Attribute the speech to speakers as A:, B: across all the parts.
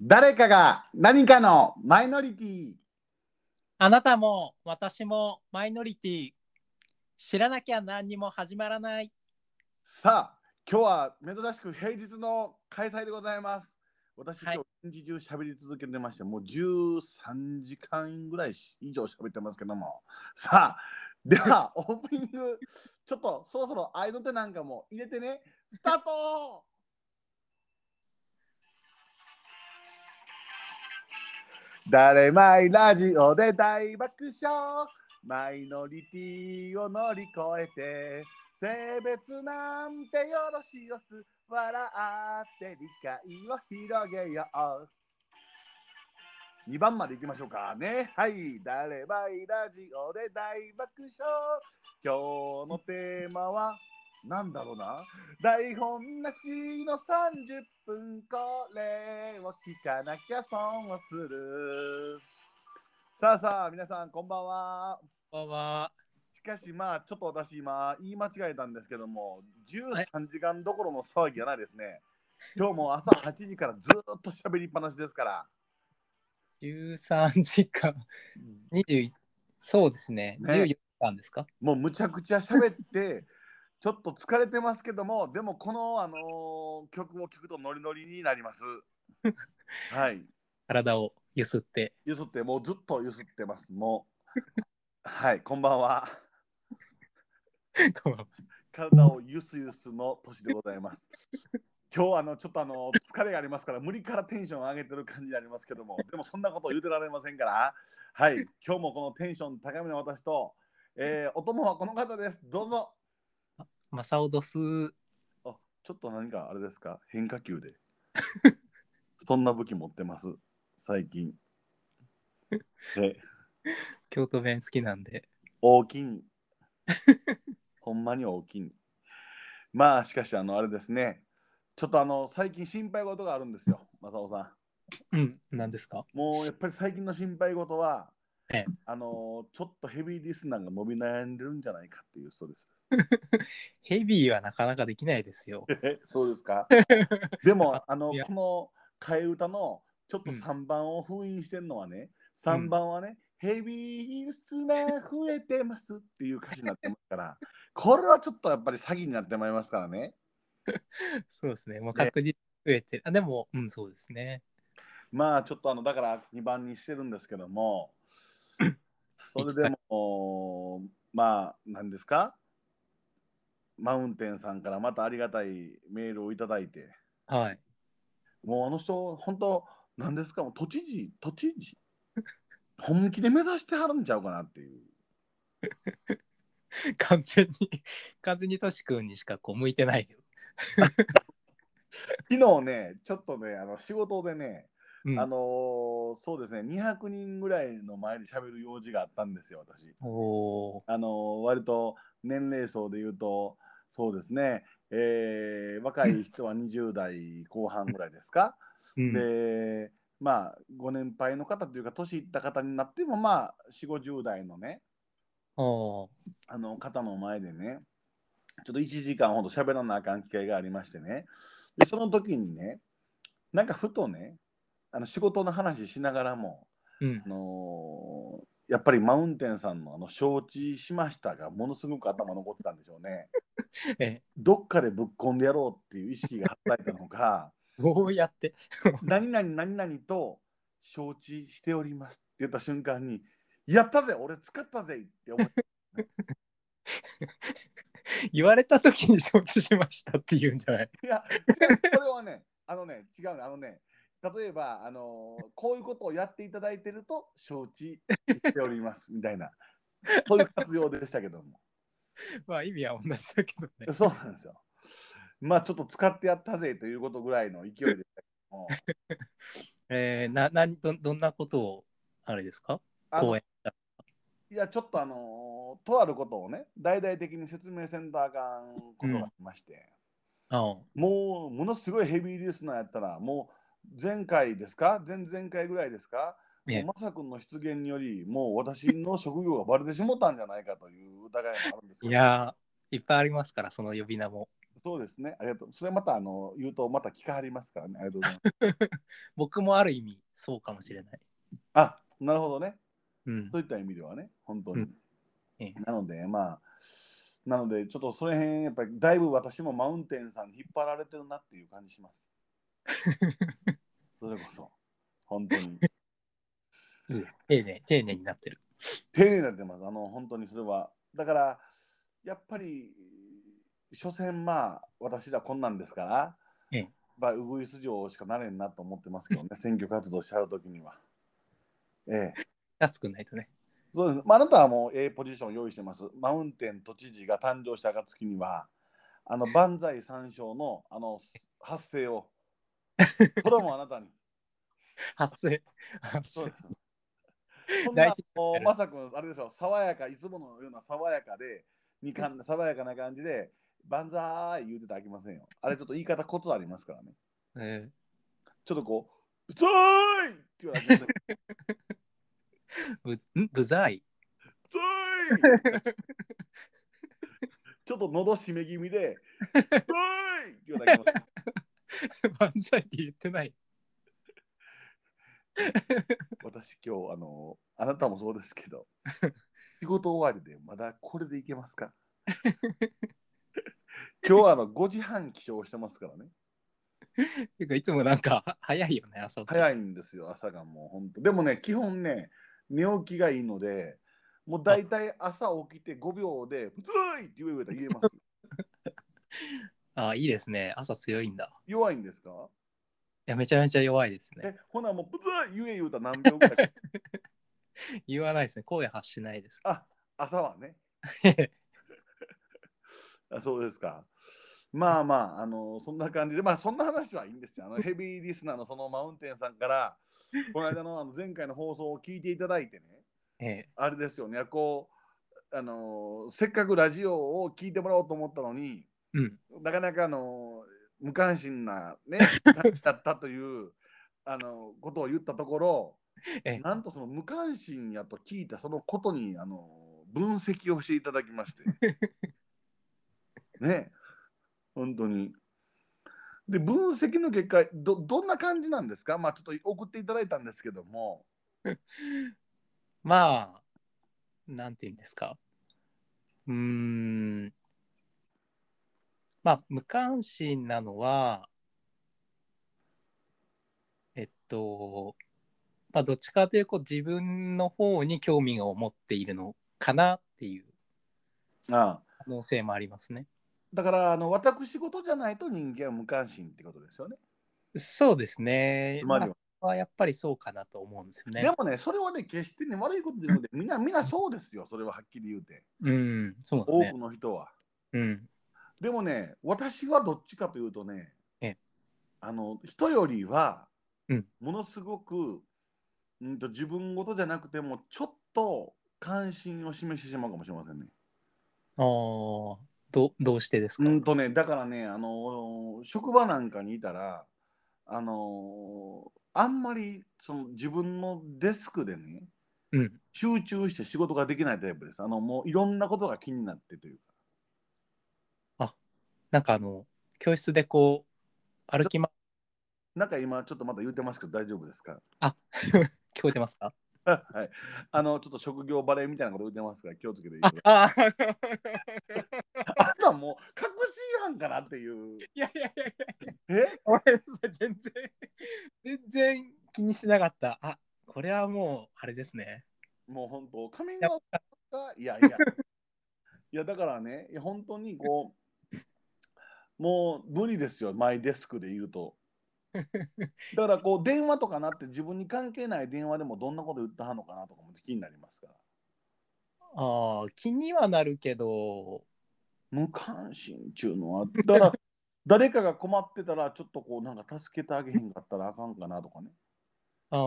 A: 誰かが何かのマイノリティ
B: あなたも私もマイノリティ知らなきゃ何にも始まらない
A: さあ今日は珍しく平日の開催でございます私、
B: はい
A: 今日一日中喋り続けてましてもう13時間ぐらいし以上喋ってますけどもさあではオープニングちょっとそろそろ合いの手なんかも入れてねスタート誰マイラジオで大爆笑マイノリティを乗り越えて性別なんてよろしよす笑って理解を広げよう2番まで行きましょうかねはい誰マイラジオで大爆笑今日のテーマはなんだろうな台本なしの30分これを聞かなきゃ損をするさあさあ皆さんこんばんは
B: こんばんは
A: しかしまあちょっと私今言い間違えたんですけども13時間どころの騒ぎじゃないですね今日も朝8時からずーっと喋りっぱなしですから
B: 13時間21そうですね
A: ね
B: 14時間ですか
A: もうむちゃくちゃ喋って ちょっと疲れてますけどもでもこのあのー曲を聴くとノリノリになりますはい
B: 体をゆすって
A: ゆすってもうずっとゆすってますもうはいこんばんは
B: こんばんは
A: 体をゆすゆすの年でございます。今日はあのちょっとあの疲れがありますから無理からテンション上げてる感じがありますけどもでもそんなこと言うてられませんからはい今日もこのテンション高めの私と、えー、お供はこの方ですどうぞ
B: マサオドス
A: あちょっと何かあれですか変化球でそんな武器持ってます最近え
B: 京都弁好きなんで
A: 大きい ほんまに大きいまあしかしあのあれですねちょっとあの最近心配事があるんですよ正雄さ
B: うん何ですか
A: んもうやっぱり最近の心配事は、
B: ええ
A: あのちょっとヘビーリスナーが伸び悩んでるんじゃないかっていうそうです
B: ヘビーはなかなかできないです よ
A: えそうです かでもあの
B: いや
A: この替え歌のちょっと
B: うん
A: 3番を封印してるのはね、
B: ん
A: 3番はね、ヘビーリスナー増えてますっていう歌詞になってますからこれはちょっとやっぱり詐欺になってまいりますからね
B: そうですねもう確実に増えてるあでもうんそうですね
A: まあちょっとあのだから2番にしてるんですけど もそれでもまあ何ですかマウンテンさんからまたありがたいメールをいただいて
B: はい
A: もうあの人本当何ですかもう都知事都知事本気で目指してはるんちゃうかなっていう
B: 完全に完全にトシ君にしかこう向いてないよ、
A: 昨日ねちょっとねあの仕事でね、
B: うん、
A: あのーそうですね200人ぐらいの前で喋る用事があったんですよ私。
B: おー
A: あの割と年齢層で言うとそうですね、えー若い人は20代後半ぐらいですか、
B: うん
A: でまあご年配の方というか年いった方になってもまあ4 5 0代のね
B: おー
A: あの方の前でねちょっと1時間ほど喋らなあかん機会がありましてねでその時にねなんかふとねあの仕事の話しながらも
B: うん
A: あ、のーやっぱりマウンテンさんのあの承知しましたがものすごく頭残ってたんでしょうね。
B: え
A: どっかでぶっこんでやろうっていう意識が働いたのか
B: どうやって
A: 何々何々と承知しておりますって言った瞬間にやったぜ俺使ったぜって思って
B: 言われた時に承知しましたって言うんじゃない
A: いや違うこれはねあのね違うのあのね例えば、あのーこういうことをやっていただいてると承知しておりますみたいなそういう活用でしたけども。
B: まあ意味は同じだけどね
A: そうなんですよ。まあちょっと使ってやったぜということぐらいの勢いでしたけども
B: えー、な何どどんなことをあれですか
A: あ
B: 講
A: の
B: 演した
A: いやちょっとあのーとあることをね大々的に説明せんとあかんことがありまして、
B: あ
A: もうものすごいヘビーリスナーやったらもう前回ですか前々回ぐらいですか、
B: ええ
A: もうまさくんの出現によりもう私の職業がバレてしもたんじゃないかという疑いもあるんです
B: い
A: よ
B: やーいっぱいありますからその呼び名も
A: そうですね。ありがとう。それまたあの言うとまた聞かはりますからね。ありがとうございます。
B: 僕もある意味そうかもしれない。
A: あ、なるほどね。
B: うん
A: と。いった意味ではね、本当
B: う
A: に
B: んええ。
A: なので、まあ、なので、ちょっとその辺、やっぱりだいぶ私もマウンテンさんに引っ張られてるなっていう感じします。 それこそ、本当に。
B: 丁寧、丁寧になってる。
A: 丁寧になってます。あの、本当にそれは。だから、やっぱり、所詮まあ、私らこんなんですから、
B: ええ
A: まあ、うぐいす嬢しかなれんなと思ってますけどね、 選挙活動しちゃうときには。ええ。
B: 熱くないとね。
A: そうです、まあ、あなたはもう A ポジション用意してます。マウンテン都知事が誕生した暁には、あの万歳三唱のあの発声 を、これはもうあなたに。
B: 発声。
A: そうです。そん
B: 大
A: な
B: 事
A: もうまさくん、あれでしょ、爽やか、いつものような爽やかで、にかん爽やかな感じで、万歳言うてたらあきませんよ。あれちょっと言い方コツありますからね。
B: うん
A: ちょっとこう、うつーいって言われて、うつ
B: ぶんぶざ い。
A: ー いちょっと喉締め気味で、うつーいって言われてます。
B: 漫才って言ってない。
A: 私今日あのあなたもそうですけど 仕事終わりでまだこれでいけますか今日はあの5時半起床してますからね
B: てかいつもなんかは早いよね、朝い。
A: 早いんですよ朝がもう本当でもね基本ね寝起きがいいのでもう大体朝起きて5秒で「普通い!」って言えば言えます
B: あいいですね。朝強いんだ。
A: 弱いんですか
B: いや、めちゃめちゃ弱いですね。
A: えほなもう「普通い!」言え言うたら何秒ぐらい
B: 言わないですね。声発しないです。
A: あ朝はね
B: え
A: あそうですか。まあまあ、あのそんな感じで、まあそんな話はいいんですよ。あのヘビーリスナーのそのマウンテンさんから、この間のあの前回の放送を聞いていただいてね、
B: え
A: あれですよね、こう、あのせっかくラジオを聞いてもらおうと思ったのに、
B: うん。
A: なかなかあの無関心なね、 だったという、あのことを言ったところ
B: ええ、
A: なんとその無関心やと聞いたそのことに、あの分析をしていただきまして。 ね、本当に。で、分析の結果、どどんな感じなんですかまあちょっと送っていただいたんですけども、
B: まあ、なんて言うんですか。うーん。まあ、無関心なのは、えっと、まあ、どっちかというと、自分の方に興味を持っているのかなっていう
A: ああ
B: 可能性もありますね。
A: だからあの私事じゃないと人間は無関心ってことですよね。
B: そうですね。
A: つ
B: ま
A: ま
B: あ
A: りは
B: そこはやっぱりそうかなと思うんですよね
A: で。もね、それはね、決してね、悪いことじゃなくて、みんな、みんなそうですよ、それははっきり言うて、
B: うん、そうだ
A: 多
B: ね
A: く。の人は。
B: うん。
A: でもね、私はどっちかというとね
B: ええ、
A: あの人よりは
B: うん、
A: ものすごく、うん、と自分事じゃなくても、ちょっと関心を示してしまうかもしれませんね。
B: ああ、どどうしてですか、
A: うんとね、だからね、あの職場なんかにいたら、あのあんまりその自分のデスクでね、
B: うん。
A: 集中して仕事ができないタイプです。あのもういろんなことが気になってというか。
B: なんかあの、教室でこう、歩きま、
A: なんか今ちょっとまだ言うてますけど大丈夫ですか
B: 聞こえてますか
A: はい。あのちょっと職業バレみたいなこと言うてますから気をつけていい
B: あ
A: ですか
B: あ
A: あなたもう確信犯かなっていう。
B: いやいやいやいや、
A: え
B: ごめんなさい、全然、全然気にしなかった。あこれはもう、あれですね。
A: もう本当、カミング
B: やっ
A: アウトがいやいや。 いやだからね、いや本当にこう、もう無理ですよ、マイデスクで言う と。だからこう、電話とかなって自分に関係ない電話でもどんなこと言ったはんのかなとかも気になりますから。
B: ああ、気にはなるけど、
A: 無関心ちゅうのは、だか ら誰かが困ってたら、ちょっとこう、なんか助けてあげへんかったらあかんかなとかね。
B: ああ、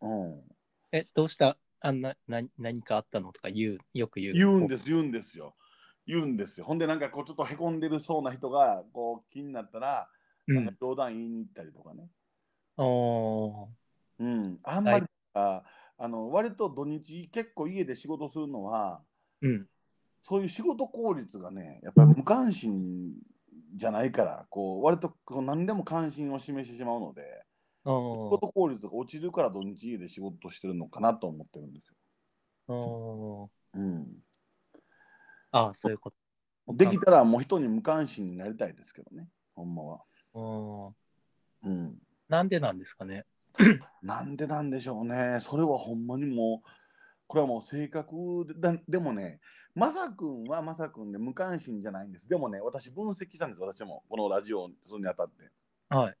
A: うん、
B: え、どうしたあんな、な何かあったのとか言う、よく言う。。
A: 言うんですす、言うんですよ。言うんですよ。ほんで、なんかこう、ちょっとへこんでるそうな人が、こう、気になったら、
B: う
A: なん
B: ん
A: か。冗談言いに行ったりとかね。
B: ああ、
A: うん、あんまり、ああの割と土日結構家で仕事するのは
B: うん。
A: そういう仕事効率がねやっぱり無関心じゃないからこう割とこう何でも関心を示してしまうので仕
B: お
A: 事効率が落ちるから土日家で仕事してるのかなと思ってるんですよ。
B: お
A: うん
B: ああ、そういうこ
A: できたらもう人に無関心になりたいですけどね、ほんまは。
B: と。お
A: うん、
B: なんでなんですかね。
A: なんでなんでしょうね、それはほんまにもう、これはもう性格でだでもね、まさくんはまさくんで無関心じゃないんです。でもね、私分析したんです、私も、このラジオをするにあたって。
B: はい。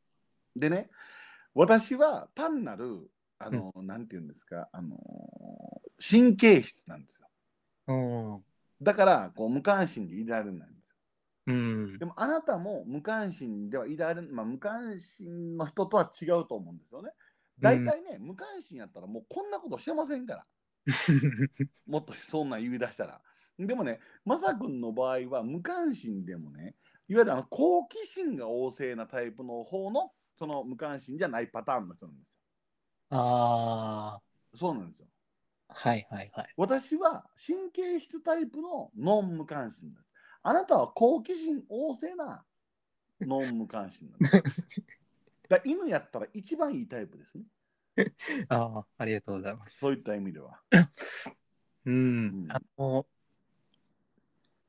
A: でね、私は単なる、あの、なんていうんですか、あの神経質なんですよ。
B: うん。
A: だから、こう無関心でいられないんですよ。
B: うん
A: で。もあなたも無関心ではいられる、まあ、無関心の人とは違うと思うんですよね。大体ね、無関心やったらもうこんなことしてませんから、もっとそんなん言い出したら。でもね、まさくんの場合は無関心でもね、いわゆるあの好奇心が旺盛なタイプの方の、その無関心じゃないパターンの人なんですよ。
B: ああ、
A: そうなんですよ。
B: はいはいはい。
A: 私は神経質タイプのノン無関心です。あなたは好奇心旺盛なノン無関心なんです。だから犬やったら一番いいタイプですね。
B: ああ、ありがとうございます。
A: そういった意味では。
B: うん、あの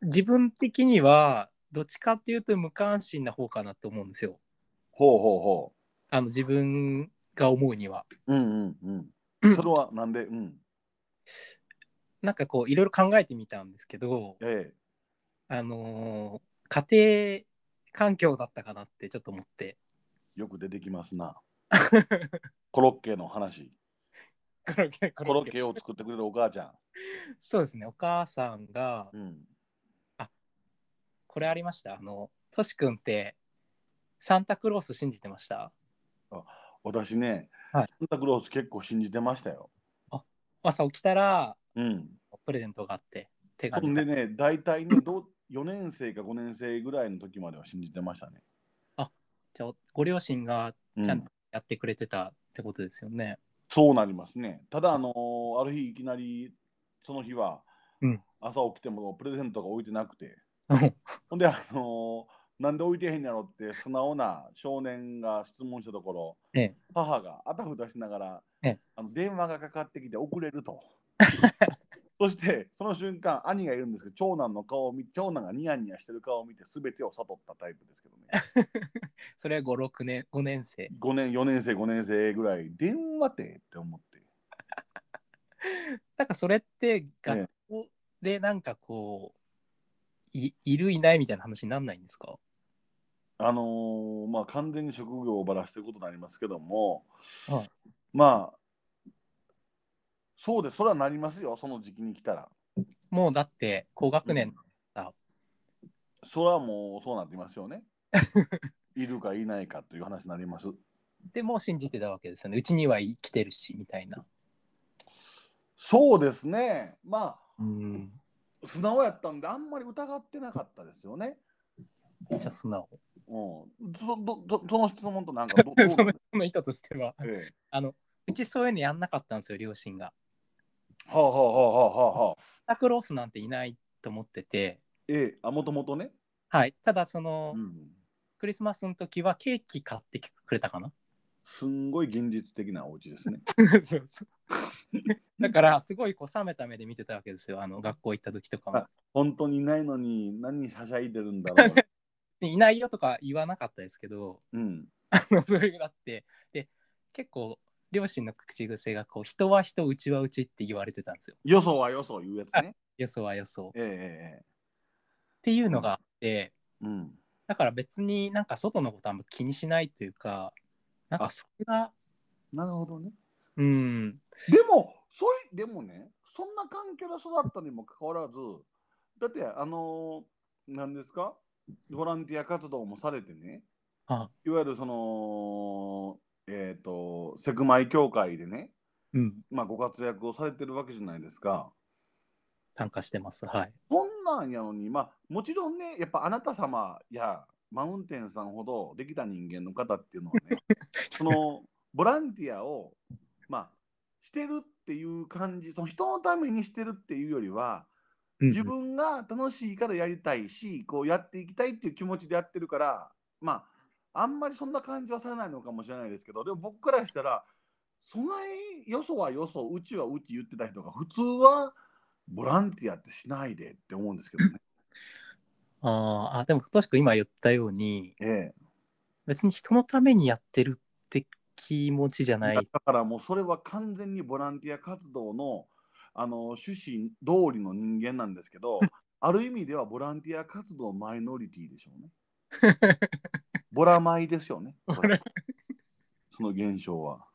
B: 自分的にはどっちかっていうと無関心な方かなと思うんですよ
A: ほうほうほ
B: あの自分が思うには
A: う。うんうん
B: う
A: うんん。それはなんでうん。
B: なんかこういろいろ考えてみたんですけど
A: ええ。
B: あのー家庭環境だったかなってちょっと思って
A: よく出てきますな。コロッケの話。
B: コロッケコ
A: コロッケを作ってくれるお母ちゃ
B: そうですねお母さんが
A: ん。うん。
B: これありましたあのトシ君ってサンタクロース信じてました
A: 私ね、
B: は
A: サ
B: い
A: ンタクロース結構信じてましたよ。
B: 朝起きたら
A: うん。
B: プレゼントがあって手
A: ほん
B: 紙が
A: でね、大体ね、どう4年生か5年生ぐらいの時までは信じてましたね。
B: じゃあご両親が
A: う
B: ちゃん
A: ん
B: と、やってくれてたってことですよね。
A: そうなりますね。ただ、あのーある日いきなり、その日は、
B: うん
A: 朝起きてもプレゼントが置いてなくて、
B: うん
A: ほんで、あのーなんで置いてへんやろって素直な少年が質問したところ、
B: ええ
A: 母があたふたしながら、
B: ええ
A: あの電話がかかってきて遅れる と。そしてその瞬間兄がいるんですけど長男の顔を見長男がニヤニヤしてる顔を見て全てを悟ったタイプですけど ね。
B: それは5、6年、5年生。
A: 5年4年生5年生ぐらい電話ってって思って
B: なんかそれって学校でなんかこう、いいるいないみたいな話になんないんですか
A: あのーまあ完全に職業をばらしてることになりますけども、
B: はい
A: まあそうですそれはなりますよその時期に来たら、
B: もうだって高学年、あ
A: それはもうそうなってます よねいるかいないかという話になります
B: でも信じてたわけですよね。うちには生きてるしみたいな。
A: そうですねま
B: うん。
A: あ素直やったんであんまり疑ってなかったですよね、
B: じゃあ素 直。
A: うん、そどどその質問となんか ど
B: その
A: どう
B: その意図としては、
A: ええ
B: あの、うちそういうのやんなかったんですよ、両親が。
A: はあはあはあはあはあはあ
B: サンタクロースなんていないと思ってて、
A: ええ、あ、もともとね。
B: はい。ただその、
A: うん。
B: クリスマスの時はケーキ買ってきてくれたかな
A: すんごい現実的なお家ですね。
B: そうそう だからすごいこう冷めた目で見てたわけですよあの学校行った時とかも
A: あ。本当にいないのに、何はしゃいでるんだろう。
B: でいないよとか言わなかったですけど
A: うん。
B: あのそれがあってで結構両親の口癖がこう人は人うちはうちって言われてたんですよ
A: よそはよそいうやつ ね。
B: よそはよそっ
A: えええええ
B: ていうのがあって
A: え。うん。
B: だから別になんか外のことあんま気にしないというかなんかそれが
A: なるほどね。
B: うん
A: でも、そうい、でもね、そんな環境で育ったにもかかわらず、だって、あのー、何ですかボランティア活動もされてね、
B: あ
A: いわゆるその、えっ、と、セクマイ協会でね、
B: うん
A: まあ、ご活躍をされてるわけじゃないですか。
B: 参加してますはい
A: そんなんやのに、まあ、もちろんね、やっぱあなた様やマウンテンさんほどできた人間の方っていうのは ね、そのボランティアを、まあ、してるっていう感じ、その人のためにしてるっていうよりは、
B: うん
A: 自分が楽しいからやりたいし、こうやっていきたいっていう気持ちでやってるから、まあ、あんまりそんな感じはされないのかもしれないですけど、でも僕からしたら、そないよそはよそ、うちはうち言ってた人が、普通はボランティアってしないでって思うんですけどね。
B: あーあ、でも、としく今言ったように、
A: ええ、
B: 別に人のためにやってるって気持ちじゃない
A: だ。からもうそれは完全にボランティア活動のあの趣旨通りの人間なんですけ ど、ある意味ではボランティア活動マイノリティでしょうね。ボラマイですよ ね。これその現象は。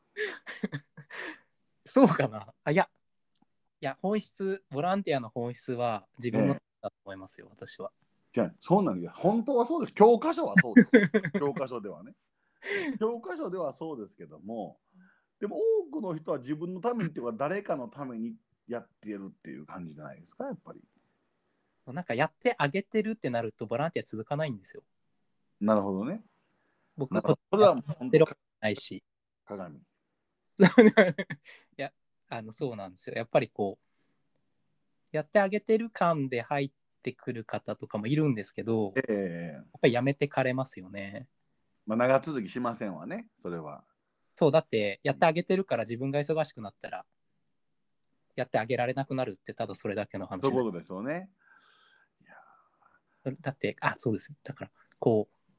B: そうかなあ、いや、いや、本質、ボランティアの本質は自分の
A: ええ
B: だと思いますよ、私は。
A: じゃあそうなんです本当はそうです。教科書はそう です。教科書ではね。教科書ではそうですけども、でも多くの人は自分のためにっていうか、誰かのためにやってるっていう感じじゃないですか、やっぱり。
B: なんかやってあげてるってなると、ボランティア続かないんですよ。
A: なるほどね。
B: 僕
A: だ
B: は
A: から
B: と
A: それはもう本当に
B: ないし。
A: 鏡。
B: いやあのそうなんですよやっぱりこうやってあげてる感で入ってくる方とかもいるんですけどや
A: え
B: っ
A: え
B: ぱりやめてかれますよね
A: まあ、長続きしませんわね、それは。
B: そうだってやってあげてるから自分が忙しくなったらやってあげられなくなるってただそれだけの話
A: そういうことでしょうね。
B: だってあそうですだからこう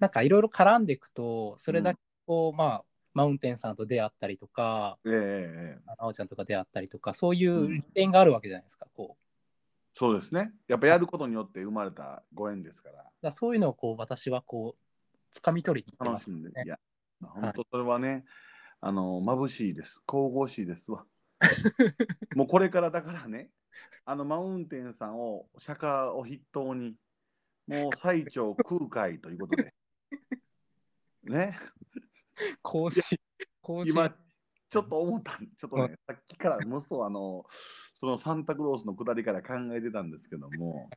B: なんかいろいろ絡んでいくとそれだけこう、まあマウンテンさんと出会ったりとか
A: ええええ
B: あおちゃんとか出会ったりとかそういう
A: うん
B: 利点があるわけじゃないですかこう
A: そうですね。やっぱやることによって生まれたご縁ですから、
B: だからそういうのをこう私はこう掴み取りに行ってま
A: 楽し。
B: す
A: んで。
B: ね
A: いや、本当それはね、あの、眩しいです。神々しいですわ。 もうこれからだからね、あの、マウンテンさんを、釈迦を筆頭に、もう最長空海ということ で。ね。
B: 更新、更新。
A: 今ちょっと思ったんちょっとね、さっきからものすごいあのそのサンタクロースのくだりから考えてたんですけども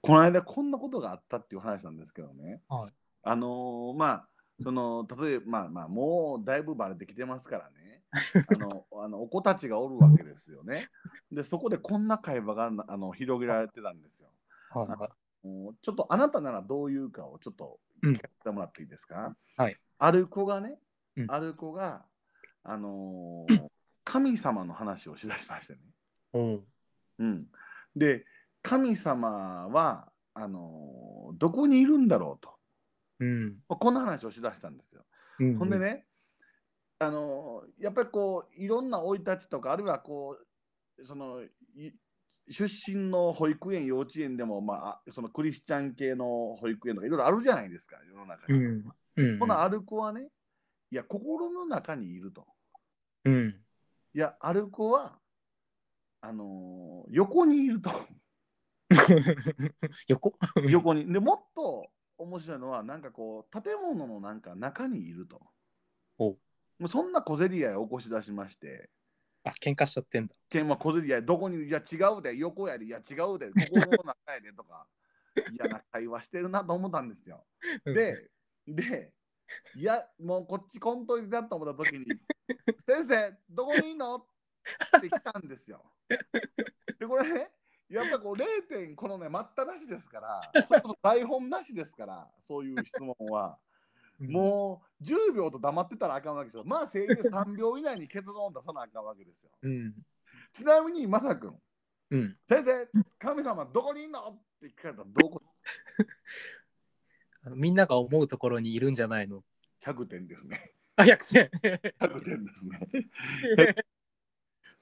A: この間こんなことがあったっていう話なんですけどね、
B: はい
A: あのーまあその例えばまあまあもうだいぶバレてきてますからねあのあのお子たちがおるわけですよねでそこでこんな会話があの広げられてたんですよ
B: はいは
A: もうちょっとあなたならどういうかをちょっと
B: うん
A: 聞かせてもらっていいですか、
B: はい
A: ある子がね、
B: うん
A: ある子が、あのー神様の話をしだしましたね。
B: いうん
A: うん、で神様はあのーどこにいるんだろうと
B: うん。
A: まあこんな話をしだしたんですよ。
B: うん。
A: ほんでね、あのーやっぱりこういろんな生い立ちとかあるいはこうそのい出身の保育園幼稚園でも、まあ、そのクリスチャン系の保育園とかいろいろあるじゃないですか世の中
B: う
A: に。
B: ん。うん。
A: ほなある子はねいや心の中にいると。
B: うん。
A: いやある子はあのー横にいる と
B: 横
A: 横に。でもっと面白いのはなんかこう建物のなんか中にいると。
B: お
A: もうそんな小競り合いを起こし出しまして。
B: あ、喧嘩しちゃってんだ。
A: 県は小競り合いどこにいや違うで横やでいや違うでここの中やでと か嫌な会話してるなと思ったんですよ。ででいやもうこっちコントリだと思った時 に「先生どこにいんの?」って来たんですよ。でこれねやっぱこう0点このね待ったなしですからそれこそ台本なしですからそういう質問は。
B: うん、
A: もう10秒と黙ってたらあかんわけですよ。まあせいぜい3秒以内に結論を出さなあかんわけですよ。
B: うん。
A: ちなみに、まさくん、
B: うん。
A: 先生、神様どこにいんのって聞かれたら、どこ
B: みんなが思うところにいるんじゃないの
A: ?100 点ですね。
B: あ、100点
A: 100点ですね。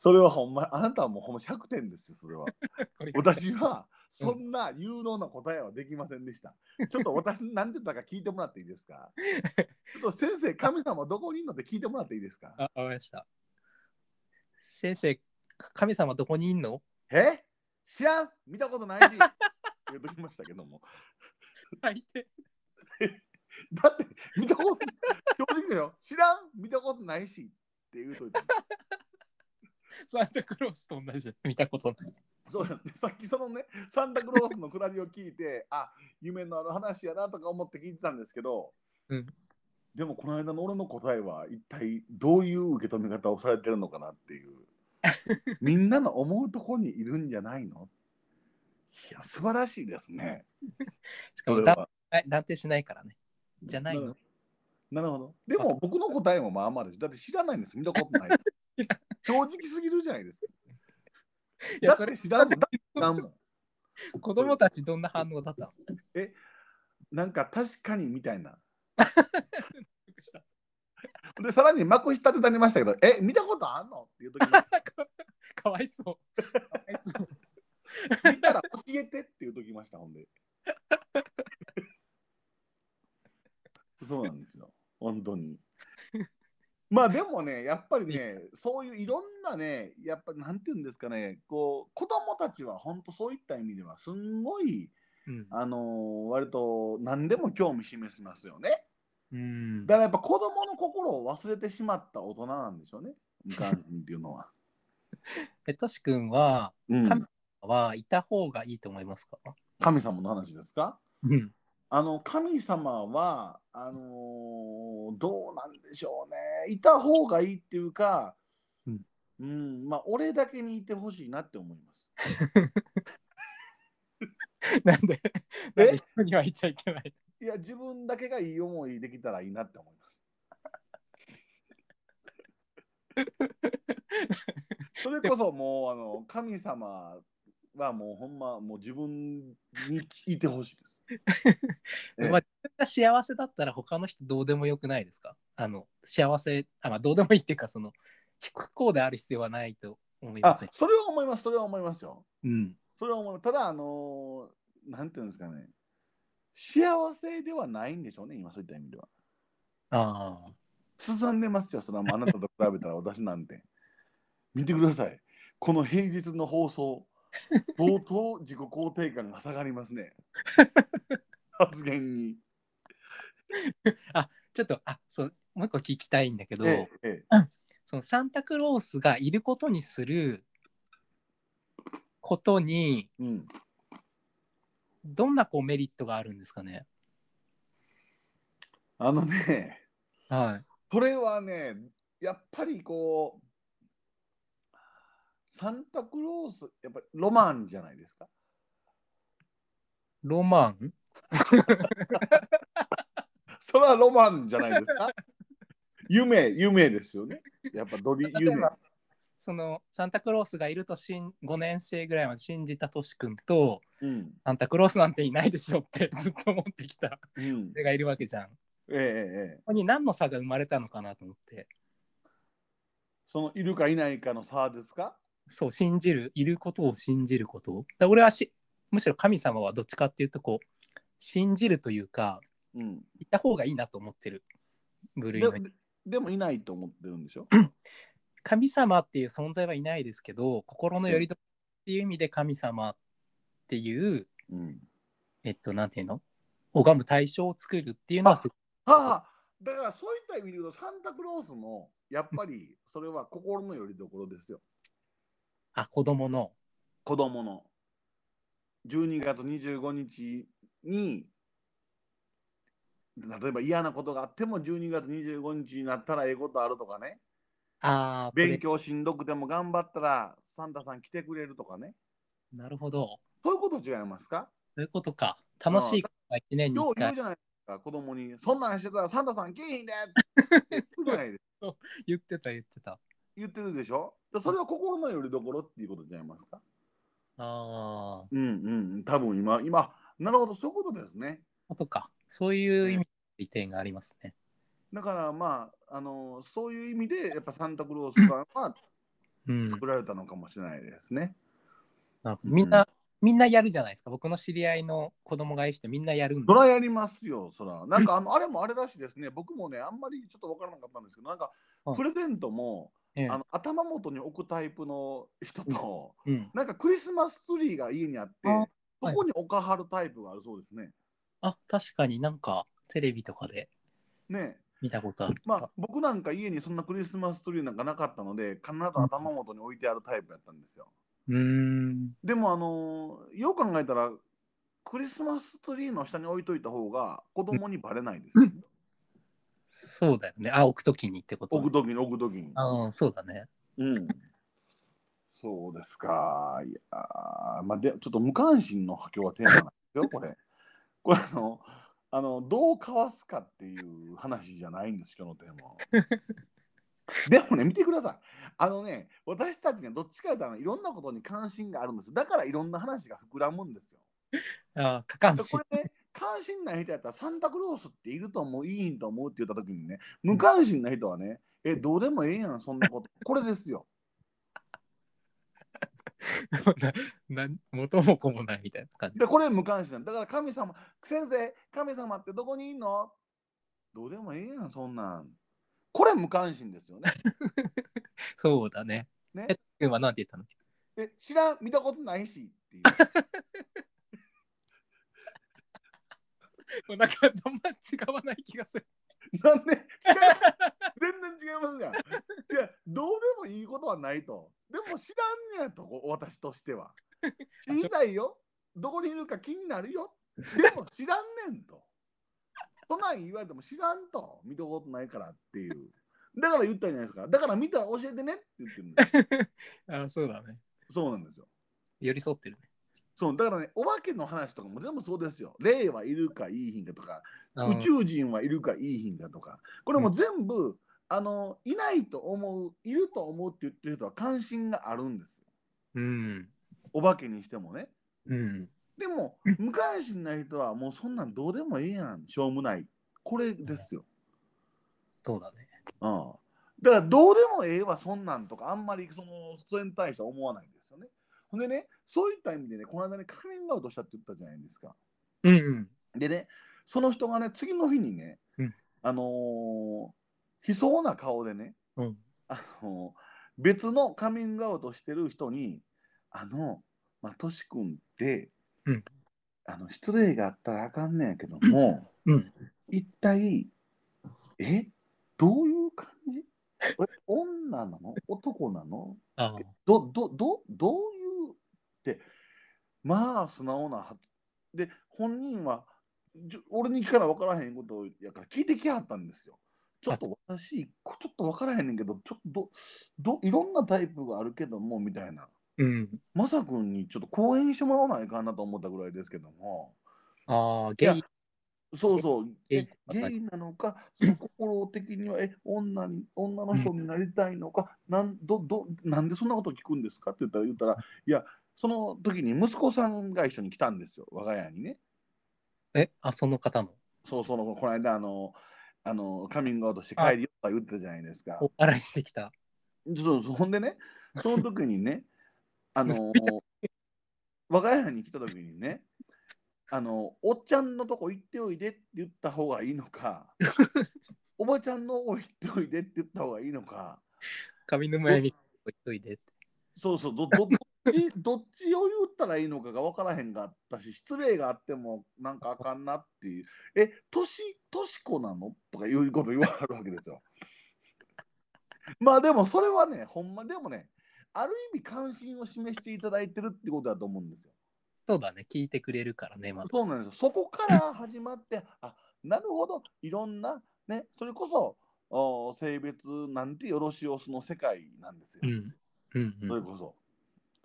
A: それはほんま、あなたはもうほんま100点ですよ、それ は。
B: これ
A: 私は、そんな有能な答えはできませんでした。ちょっと私、何て言ったか聞いてもらっていいです かちょっと先生、神様どこにいんのって聞いてもらっていいですか
B: あ、わかりました。先生、神様どこにいんの
A: え知らん見たことない し言うときましたけども。
B: 相手。
A: だって見たことない。正直だよ。知らん見たことないしって言うといて。
B: サンタクロースと同じだ。見たことない。
A: そうなんでさっきそのね、サンタクロースのくだりを聞いて、あ夢のある話やなとか思って聞いてたんですけど、
B: うん
A: でもこの間の俺の答えは、一体どういう受け止め方をされてるのかなっていう、みんなの思うところにいるんじゃないのいや、素晴らしいですね。
B: しかも
A: これ
B: 断
A: は
B: 断定しないからね。じゃないの。
A: なるほど。でも僕の答えもまあまあです。だって知らないんです。見たこと ない。正直すぎるじゃないです
B: いや、
A: か。だっ
B: それ
A: て知らんもん。だって知らんもん。
B: 子供たちどんな反応だったの
A: なんか確かにみたいな。で、さらに幕下でなりましたけど、え、見たことあんのっていう時も、
B: かわいそう。かわいそう
A: 見たら教えてっていう時ました、ほんで。 そうなんですよ。本当に。まあでもね、やっぱりね、そういういろんなね、やっぱりなんていうんですかね、こう、子供たちは本当そういった意味では、すんごい、
B: うん
A: あのー割と何でも興味示しますよね。
B: うん
A: だからやっぱ子供の心を忘れてしまった大人なんでしょうね。無関心っていうのは。
B: え、とし君は、
A: うん
B: 神はいた方がいいと思いますか
A: 神様の話ですか
B: うん。
A: あの神様はあのーどうなんでしょうね。いた方がいいっていうか、
B: うん
A: うんまあ俺だけにいてほしいなって思います。
B: なんで、
A: え
B: なんで人には言っちゃいけない。
A: いや自分だけがいい思いできたらいいなって思い ます。それこそもうあの神様はもうほんまもう自分にいてほしいです。え
B: まあ、自分が幸せだったら他の人どうでもよくないですかあの、幸せ、あまあ、どうでもいいっていうか、その、不幸である必要はないと思いま
A: あ
B: すね。
A: それは思いますそれは思いますよ。
B: うん。
A: それは思いますただあのなんていうんですかね幸せではないんでしょうね今そういった意味では。
B: ああ。
A: すさんでますよそれはもうあなたと比べたら私なんて。見てください。この平日の放送、相当自己肯定感が下がりますね。発言に。
B: ちょっと、あ、そう、もう一個聞きたいんだけど、
A: ええええ
B: そのサンタクロースがいることにすることに、
A: うん、
B: どんなこうメリットがあるんですかね
A: あのね、
B: はい。
A: これはね、やっぱりこう、サンタクロース、やっぱりロマンじゃないですか。
B: ロマン
A: それはロマンじゃないです か。夢、夢ですよね。やっぱドリ
B: 例え
A: 夢。
B: ばそのサンタクロースがいるとしん5年生ぐらいまで信じたとし君と
A: うん。
B: サンタクロースなんていないでしょってずっと思ってきた
A: うん。え
B: 俺がいるわけじゃん。こ
A: えええええ。
B: こに何の差が生まれたのかなと思って
A: そのいるかいないかの差ですか
B: そう信じるいることを信じることだから俺はしむしろ神様はどっちかっていうとこう信じるというか
A: うん、
B: いた方がいいなと思ってる部類
A: で
B: の
A: でもいないと思ってるんでしょ
B: 神様っていう存在はいないですけど心のよりどころっていう意味で神様っていう
A: うん、
B: えっと、なんていうの拝む対象を作るっていうのはすごい
A: はあだからそういった意味で言うとサンタクロースもやっぱりそれは心のよりどころですよ
B: あ、子供の。
A: 子供の12月25日に例えば嫌なことがあっても12月25日になったらええことあるとかね
B: ああ、これ
A: 勉強しんどくても頑張ったらサンタさん来てくれるとかね
B: なるほど。
A: そういうこと違いますか
B: そういうことか。楽しいことが1年に
A: よう言う
B: 1回
A: じゃないですか子供にそんなんしてたらサンタさん来えへんでって言うじゃないですか
B: 言ってた言ってた。
A: 言ってるで しょでそれは心のよりどころっていうことじゃないますか
B: ああ、
A: うんうん多分今今なるほどそういうことですね
B: ことか。そういう意味利点がありますね。
A: だからまああのそういう意味でやっぱサンタクロースさんは
B: うん。
A: 作られたのかもしれないですね、
B: なるほどみんな、みんなやるじゃないですか。僕の知り合いの子供がいる人みんなやるん
A: そ
B: で
A: ら
B: す。
A: やりますよそらなんかあのあれもあれらしいですね僕もねあんまりちょっと分からなかったんですけどなんか
B: はい
A: プレゼントも、
B: ええ
A: あの頭元に置くタイプの人と、
B: うん、
A: なんかクリスマスツリーが家にあって
B: あ
A: そこに置かはるタイプがあるそうですね。
B: あ、確かになんかテレビとかで
A: ね
B: 見たことあった。
A: まあ僕なんか家にそんなクリスマスツリーなんかなかったので必ず頭元に置いてあるタイプやったんですよ。
B: うーん。
A: でもあのーよう考えたらクリスマスツリーの下に置いといた方が子供にバレないですよ、
B: そうだよね。あ、置くときにってこと、
A: 置く時に置く時に。
B: ああ、そうだね。
A: うん、そうですか。いやーまあ、で、ちょっと無関心の今日はテーマなんですよ、これ。 これあの、あの、どうかわすかっていう話じゃないんです、今日のテーマは。 でもね、見てください。あのね、私たちね、どっちかというとあの、いろんなことに関心があるんです。だからいろんな話が膨らむんですよ。
B: ああ、過関
A: でこ
B: 心。
A: れね、関心ない人やったら、サンタクロースっていると思う、いいんと思うって言った時にね、無関心な人はね、え、どうでもええやん、そんなこと。これですよ。
B: なな元も子もないみたいな感じ
A: で、。これ無関心なんだから神様、先生、神様ってどこにいんのどうでもええやん、そんなん。これ無関心ですよね。
B: そうだね。
A: ね
B: え、今なんて言ったの
A: え、知らん、見たことないしっていう。
B: もうなんか、どんま違わない気がする。
A: なんで違う全然違いますじゃん。いや、どうでもいいことはないと。でも知らんねやと、こ私としては。知りたいよ。どこにいるか気になるよ。でも知らんねんと。都内言われても知らんと。見たことないからっていう。だから言ったんじゃないですか。だから見たら教えてねって言ってるんですよ。
B: ああ、そうだね。
A: そうなんですよ。
B: 寄り添ってるね。
A: そうだからね、お化けの話とかも全部そうですよ。霊はいるかいいひんかとか、
B: あ
A: 宇
B: ー
A: 宙人はいるかいいひんかとかこれも全部、あのいないと思ういると思うって言ってる人は関心があるんですよ
B: うん。
A: お化けにしてもね
B: うん。
A: でも無関心な人はもうそんなんどうでもいいやんしょうもないこれですよ、
B: そうだね。
A: うん、だからどうでもええわそんなんとかあんまりそのそれに対しては思わないんですよねほんでねそういった意味でねこの間ねカミングアウトしたって言ったじゃないですか
B: うん、うん。
A: でね、その人がね、次の日にね、
B: うん
A: あのー悲壮な顔でね、
B: うん
A: あのー別のカミングアウトしてる人に、あの、まあ、とし君って、
B: うん
A: あの、失礼があったらあかんねんやけど も、
B: うん
A: 一体、えどういう感じえ女なの男なの
B: ああ、
A: どどどどういうってまあ素直なはずで本人はじゅ俺に聞かな分からへんことやから聞いてきはったんですよちょっと私こちょっと分からへんねんけどちょっとどどいろんなタイプがあるけどもみたいな
B: うん。
A: まさくんにちょっと講演してもらわないかなと思ったぐらいですけども
B: ああ、ゲ
A: い
B: イ
A: や。そうそう
B: ゲ
A: え
B: イ
A: ゲイなのかその心的にはえ女に女の人になりたいの か、なんどどなんでそんなこと聞くんですかって言ったら言ったらいやその時に息子さんが一緒に来たんですよ我が家にね
B: え、あ、その方の。
A: そうそうこの間あのあのカミングアウトして帰りよとか言ってたじゃないですか
B: お笑いしてきた。
A: そうそうほんでねその時にねあの我が家に来た時にねあのおっちゃんのとこ行っておいでって言った方がいいのかおばちゃんの方行っておいでって言った方がいいのか
B: 上沼恵美子置いといで。
A: そうそうど どどっちどっちを言ったらいいのかが分からへんかったし失礼があってもなんかあかんなっていうえ年年子なのとかいうこと言わはるわけですよ まあでもそれはねほんまでもねある意味関心を示していただいてるってことだと思うんですよ
B: そうだね。聞いてくれるからね、まず。
A: そうなんですよそこから始まってあなるほどいろんなねそれこそお性別なんてよろしおすの世界なんですよ、
B: うん。うん、う
A: それ
B: ん。
A: こそ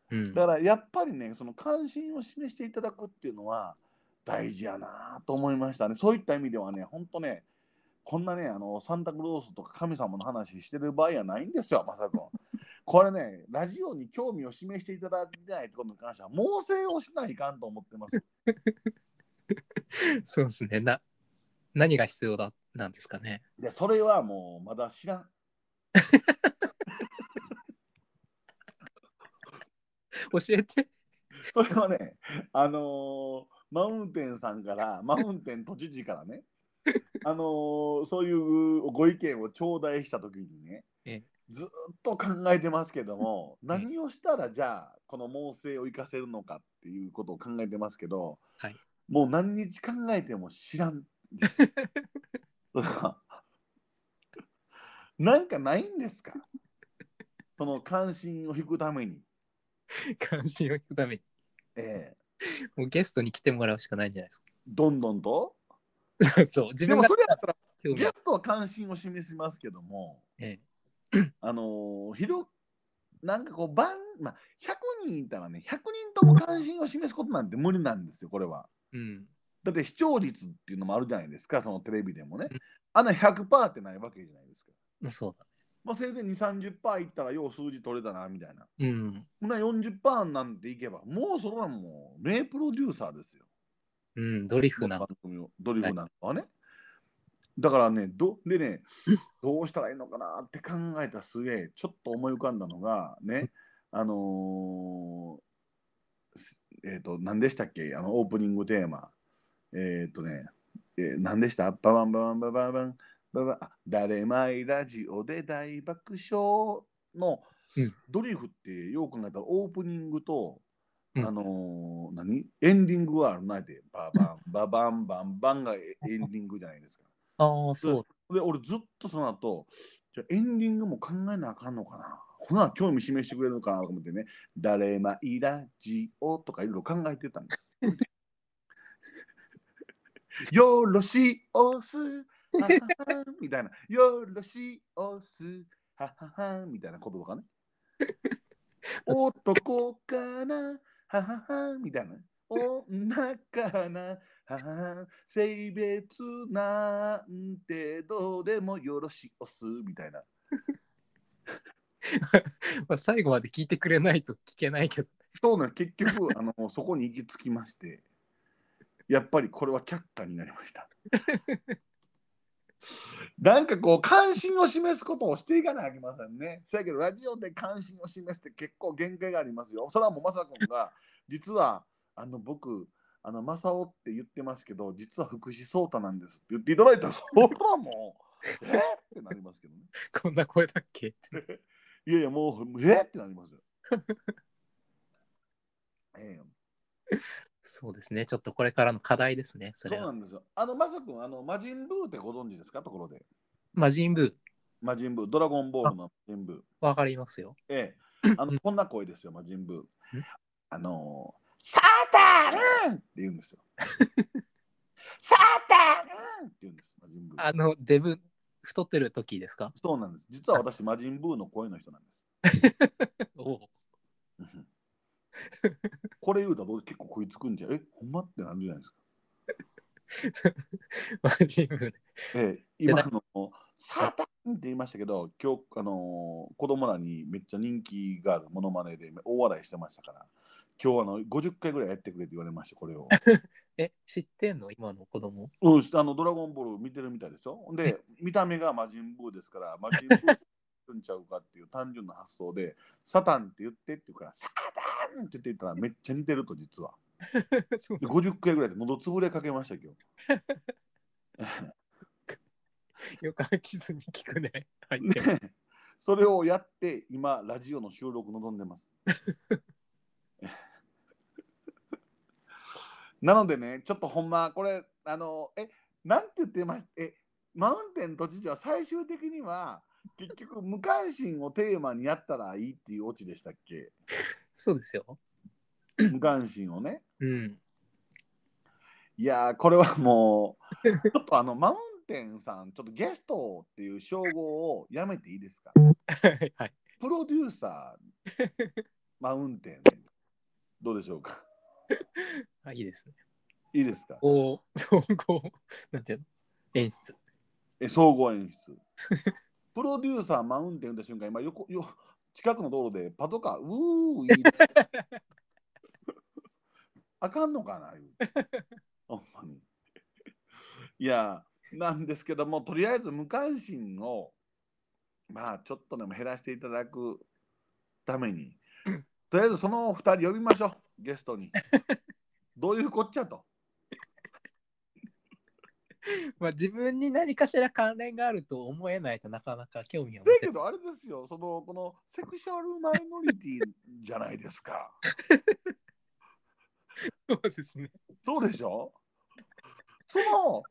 B: うん
A: だからやっぱりね、その関心を示していただくっていうのは大事やなと思いましたね。そういった意味ではね、本当ね、こんなね、あのサンタクロースとか神様の話してる場合はないんですよ、ま さくん。これね、ラジオに興味を示していただいてないってことに関しては、猛省をしないかんと思ってます。
B: そうですね。な、何が必要だ、なんですかね。
A: で、それはもうまだ知らん。
B: 教えて。
A: それはね、あのーマウンテンさんから、マウンテン都知事からね、 あのーそういうご意見を頂戴したときにね
B: ええ、
A: ずーっと考えてますけども、
B: ええ
A: 何をしたらじゃあ、この猛省を生かせるのかっていうことを考えてますけど、
B: はい
A: もう何日考えても知らんです。 それはなんかないんですかその関心を引くために。
B: 関心を引くために。
A: ええ
B: もうゲストに来てもらうしかないんじゃないです
A: どんどんと
B: か。そう。
A: で
B: 自分
A: も
B: が
A: それやったら
B: 興味
A: ゲ
B: ある。
A: ストは関心を示しますけども、
B: ええ
A: あのーひろなんかこう、万、まあ、100人いたらね、100人とも関心を示すことなんて無理なんですよ、これは。
B: うん。
A: だって視聴率っていうのもあるじゃないですか、そのテレビでもね
B: うん。
A: あんな100%ってないわけじゃないですか。
B: そうだ。
A: まあ、せいぜい2、30%いったら、よう数字取れたな、みたいな。
B: うん。
A: ほな40%なんていけば、もうそれはもう名プロデューサーですよ。
B: うん。ドリフな
A: 番。組をドリフなんかはね。だからねど、で ね、どうしたらいいのかなって考えたすげえ、ちょっと思い浮かんだのが、ね、あのーすえっ、と、何でしたっけ、あのオープニングテーマ。えっ、とね、えー何でしたババンババンババンバンババン、あ誰まいラジオで大爆笑の
B: うん
A: ドリフってよう考えたらオープニングと、
B: うん
A: あのー何エンディングはあるないで、ババン、ババン、バン、バンがエエンディングじゃないですか。
B: ああ、そう。
A: で、俺ずっとその後、じゃあエンディングも考えなあかんのかな。ほな、興味示してくれるのかなと思ってね、誰まいラジオとかいろいろ考えてたんです。 よろしおす、はははみたいな、よろしおす、はははみたいなこととかね。男かな、はははみたいなね。女かな、はは性別なんてどうでもよろしおすみたいな。
B: まあ、最後まで聞いてくれないと聞けないけど。
A: そうなん結局あの そこに行き着きましてやっぱりこれは却下になりました。なんかこう関心を示すことをしていかなきゃいけませんね。せやけどラジオで関心を示すって結構限界がありますよ。それはもうまさくんが実はあの僕あのマサオって言ってますけど実は福士蒼太なんですって言っていただいたらそれはもう えーってなりますけどね。
B: こんな声だっけって。
A: いやいや、もう、えってなりますよ。ええ
B: そうですね。ちょっとこれからの課題ですね。そ
A: そう
B: れ
A: な
B: は。
A: んですよ。あの、まさくん、あの、魔人ブーってご存知ですかところで。
B: 魔人ブー、
A: 魔人ブー、ドラゴンボールの魔人ブー。
B: わかりますよ。
A: ええ。あの、こんな声ですよ、魔人ブー
B: ん。
A: あのー、サタルンって言うんです よ。サタルンって言うんです、魔人ブー。
B: あの、デブ、太ってる時です か
A: そうなんです。実は私、魔人ブーの声の人なんです。
B: おう
A: うんこれ言うたらどう結構食いつくんじゃう、え、ほんまってなるじゃないですか。
B: 魔人ブーね。
A: ええ、
B: で
A: 今あの「サタン」って言いましたけど今日、あのー子供らにめっちゃ人気があるモノマネで大笑いしてましたから今日あの50回ぐらいやってくれって言われましたこれ を、
B: え、知ってんの今の子供。
A: うん、あのドラゴンボール見てるみたいでしょほんで見た目が魔人ブーですから魔人ブーんちゃうかっていう単純な発想で「サタン」って言ってって言うから「サタン」って言って言ったらめっちゃ似てると実は
B: そう
A: で50回ぐらいで喉つぶれかけました今日
B: よく飽きずに聞くね。はい。
A: ね、それをやって今ラジオの収録望んでます なのでねちょっとほんまこれあのえなんて言ってましたえマウンテン都知事は最終的には結局無関心をテーマにやったらいいっていうオチでしたっけ
B: そうですよ。
A: 無関心をね
B: うん。
A: いやーこれはもうちょっとあのマウンテンさんちょっとゲストっていう称号をやめていいですか
B: はい。はい。
A: プロデューサー、マウンテン、どうでしょうか
B: あ、いいですね。
A: いいですか
B: おう 総合、なんていうの演出。
A: え総合演出。 プロデューサー、マウンテン打った瞬間、今横よ、近くの道路でパトカー、うー、いい。 あかんのかな言うてほんまに。いや、なんですけども、とりあえず無関心を、まあ、ちょっとでも減らしていただくために、とりあえずその2人呼びましょう、ゲストに。どういうこっちゃと。
B: まあ自分に何かしら関連があると思えないとなかなか興味を持
A: だ
B: て
A: け
B: ない。
A: どあれですよ、そのこのセクシャルマイノリティじゃないですか。
B: そうですね。
A: そうでしょその、そ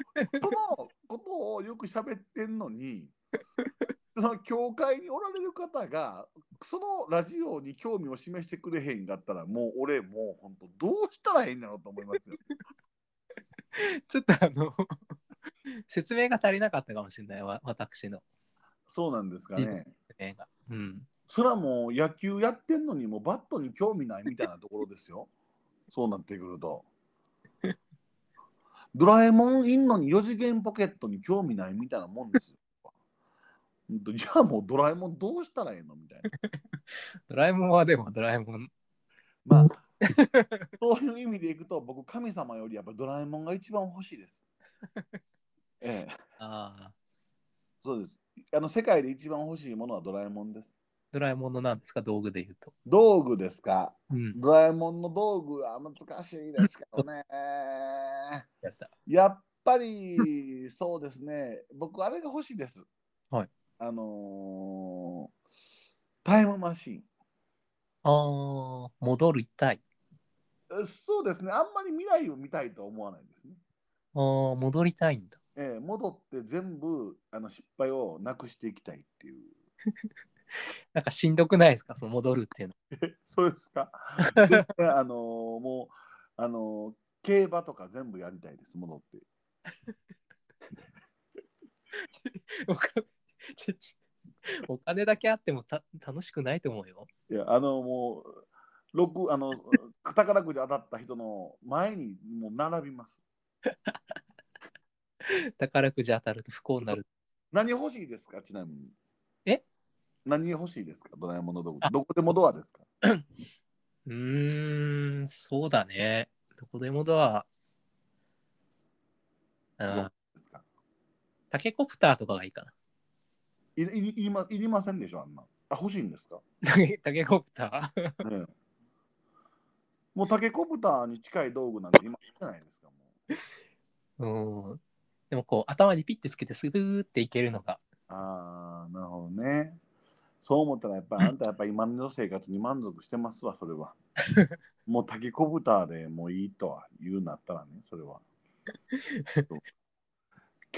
A: のことをよく喋ってんのに、その教会におられる方が、そのラジオに興味を示してくれへんかったら、もう俺もう本当どうしたらいいんだろうと思いますよ。
B: ちょっとあの、説明が足りなかったかもしれないわ、私の
A: そうなんですかね。
B: 説明が。うん。
A: それはもう野球やってんのにもうバットに興味ないみたいなところですよ そうなってくると ドラえもんいんのに4次元ポケットに興味ないみたいなもんですよ ほんとじゃあもうドラえもんどうしたらいいのみたいな
B: ドラえもんはでもドラえもん。
A: まあ そういう意味でいくと僕神様よりやっぱドラえもんが一番欲しいですええ
B: ああ。
A: そうですあの世界で一番欲しいものはドラえもんです
B: ドラえもんのなんですか、道具で言うと。
A: 道具ですか
B: うん。
A: ドラえもんの道具は難しいですけど ね。
B: やった。
A: やっぱりそうですね、僕あれが欲しいです。
B: はい。
A: あのータイムマシ
B: ああ、戻りたい。
A: ン。うそうですね、あんまり未来を見たいとは思わないですね。
B: ああ、戻りたいんだ。
A: ええ戻って全部あの失敗をなくしていきたいっていう。
B: なんかしんどくないですか、その戻る っていうの。
A: そうです か。であのーもう、あのー競馬とか全部やりたいです、戻って。
B: お金ちょちょお金だけあってもた楽しくないと思うよ。
A: いや、あの、もう、六、あの、宝くじ当たった人の前に、もう並びます。
B: 宝くじ当たると不幸になる。
A: 何欲しいですか、ちなみに。
B: え
A: 何欲しいですか、ドラえもんの道具。どこでもドアですか。
B: うーん、そうだね。どこでもドア。う
A: ど
B: ん
A: う、ですか。
B: タケコプターとかがいいかな。
A: い、い、いりま、いりませんでしょ、あんな。あ、欲しいんですか。
B: タケ タケコプター
A: ええもうタケコプターに近い道具なんて今してないですかもう
B: うん。でもこう、頭にピッてつけてスルーっていけるのが。
A: ああなるほどねそう思ったらやっぱりあんたやっぱ今の生活に満足してますわそれ はもうタケコプターでもういいとは言うなったらねそれはそう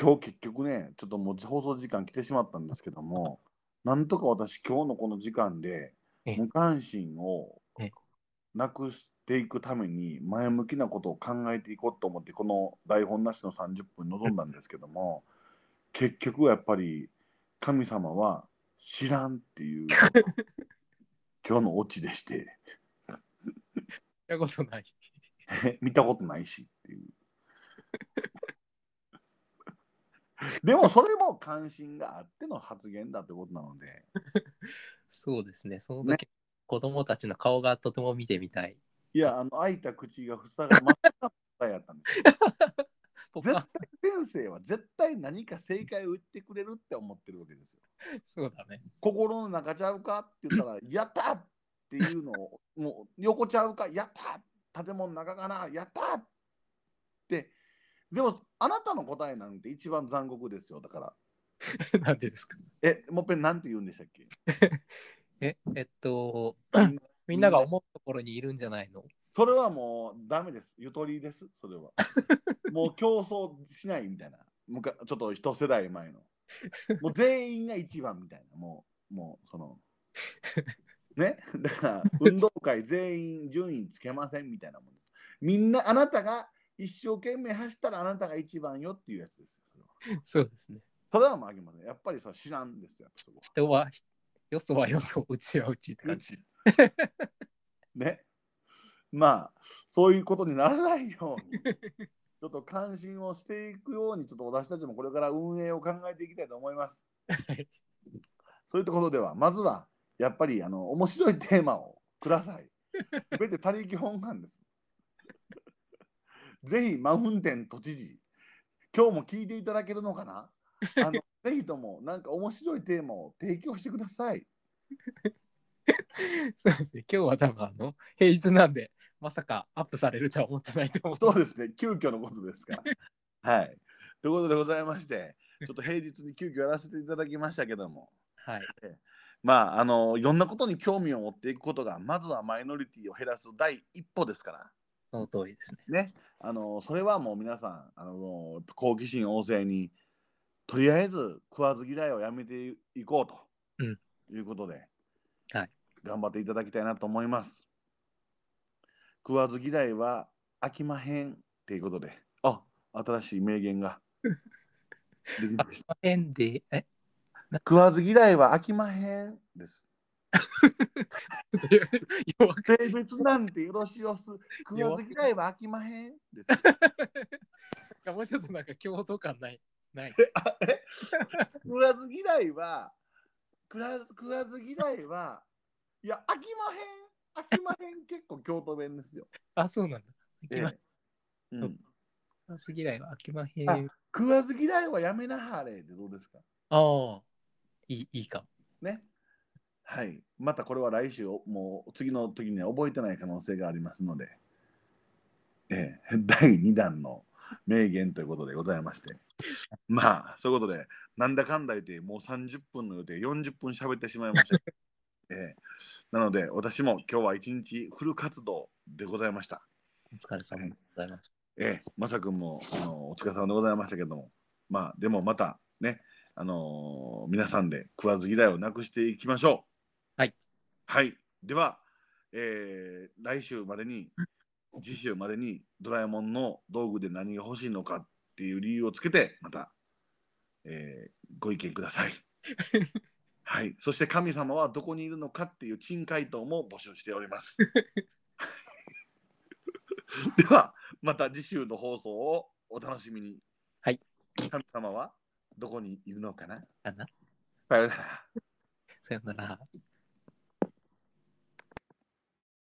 A: 今日結局ねちょっともう放送時間来てしまったんですけどもなんとか私今日のこの時間で
B: え
A: 無関心を
B: え
A: なくしていくために前向きなことを考えていこうと思ってこの台本なしの30分臨んだんですけども結局はやっぱり神様は知らんっていう今日のオチでして
B: やことない。
A: え見たことないしっていう。でもそれも関心があっての発言だってことなので、
B: そうですね。その
A: ね
B: 時、子供たちの顔がとても見てみたい。
A: いや、あの開いた口が塞がまった答えやったんですよ。
B: ポ
A: 絶
B: カ
A: 対先生は絶対何か正解を言ってくれるって思ってるわけですよ。
B: そうだね。
A: 心の中ちゃうかって言ったら、やったっていうのを、もう横ちゃうか、やった建物の中かな、やったって。でも、あなたの答えなんて一番残酷ですよ、だから。
B: なんでですか
A: え、もっぺんなんて言うんでしたっけ
B: え、えっと
A: ん、
B: みんなが思うところにいるんじゃないの
A: それはもうダメです。ゆとりです、それは。もう競争しないみたいな。むかちょっと一世代前の。もう全員が一番みたいな。もう、もうその。ね、だから運動会全員順位つけませんみたいなもんです。みんなあなたが一生懸命走ったらあなたが一番よっていうやつですよ。それは
B: そうですね。
A: それはまああげません。やっぱりそれは知らんですよ。そこは
B: 人は、よそはよそ、うちはうちって感じ。
A: ね。まあ、そういうことにならないよ うに、ちょっと関心をしていくように、ちょっと私たちもこれから運営を考えていきたいと思います。
B: はい
A: そういうところでは、まずは、やっぱり、あの、面白いテーマをください。すべて他力本願です。 ぜひ、マウンテン都知事、今日も聞いていただけるのかなあのぜひとも、なんか面白いテーマを提供してください。
B: そうですね。今日は多分あの、平日なんで、まさかアップされるとは思ってないと思う。
A: そうですね、急遽のことですから。はい。ということでございまして、ちょっと平日に急遽やらせていただきましたけども、
B: はい。
A: まあ、あの、いろんなことに興味を持っていくことが、まずはマイノリティを減らす第一歩ですから、
B: その通りですね。
A: ね。あの、それはもう皆さん、あの、好奇心旺盛に、とりあえず食わず嫌いをやめていこうと、
B: うん
A: いうことで、
B: はい
A: 頑張っていただきたいなと思います。食わず嫌いは飽きまへんっていうことで、あ新しい名言ができました。
B: 変で、え、
A: 食わず嫌いは飽きまへんです。
B: 弱く
A: 性別なんてよろしおす食わず嫌いは飽きまへんです
B: もうちょっとなんか共同感ない。ない。
A: あえ 食わず嫌いは食わず食わず嫌いはいや飽きまへん飽きまへん結構京都弁ですよ、
B: あ、そうなんだ。飽きま
A: ええうん
B: へん。すぎないわ。飽きまへん。
A: あ
B: あ
A: 食わず嫌いはやめなはれでどうですか
B: あ。いい、いいかも。
A: ねはいまたこれは来週もう次の時には覚えてない可能性がありますので、ええ、 第2弾の名言ということでございましてまあそういうことでなんだかんだ言ってもう30分の予定40分喋ってしまいました、 ええ、なので私も今日は一日フル活動でございました
B: お疲れ様でございました。
A: ええ、まさくんもあのお疲れ様でございましたけども、まあ、でもまたね、あのー皆さんで食わず嫌いをなくしていきましょう。
B: はい。
A: はい。では、えー来週までに、次週までにドラえもんの道具で何が欲しいのかっていう理由をつけて、また、えーご意見くだ さい。はい。そして神様はどこにいるのかっていう珍回答も募集しており ます。では、また次週の放送をお楽しみに。
B: はい。
A: 神様はどこにいるのかな
B: かな
A: さようなら。
B: さよなら。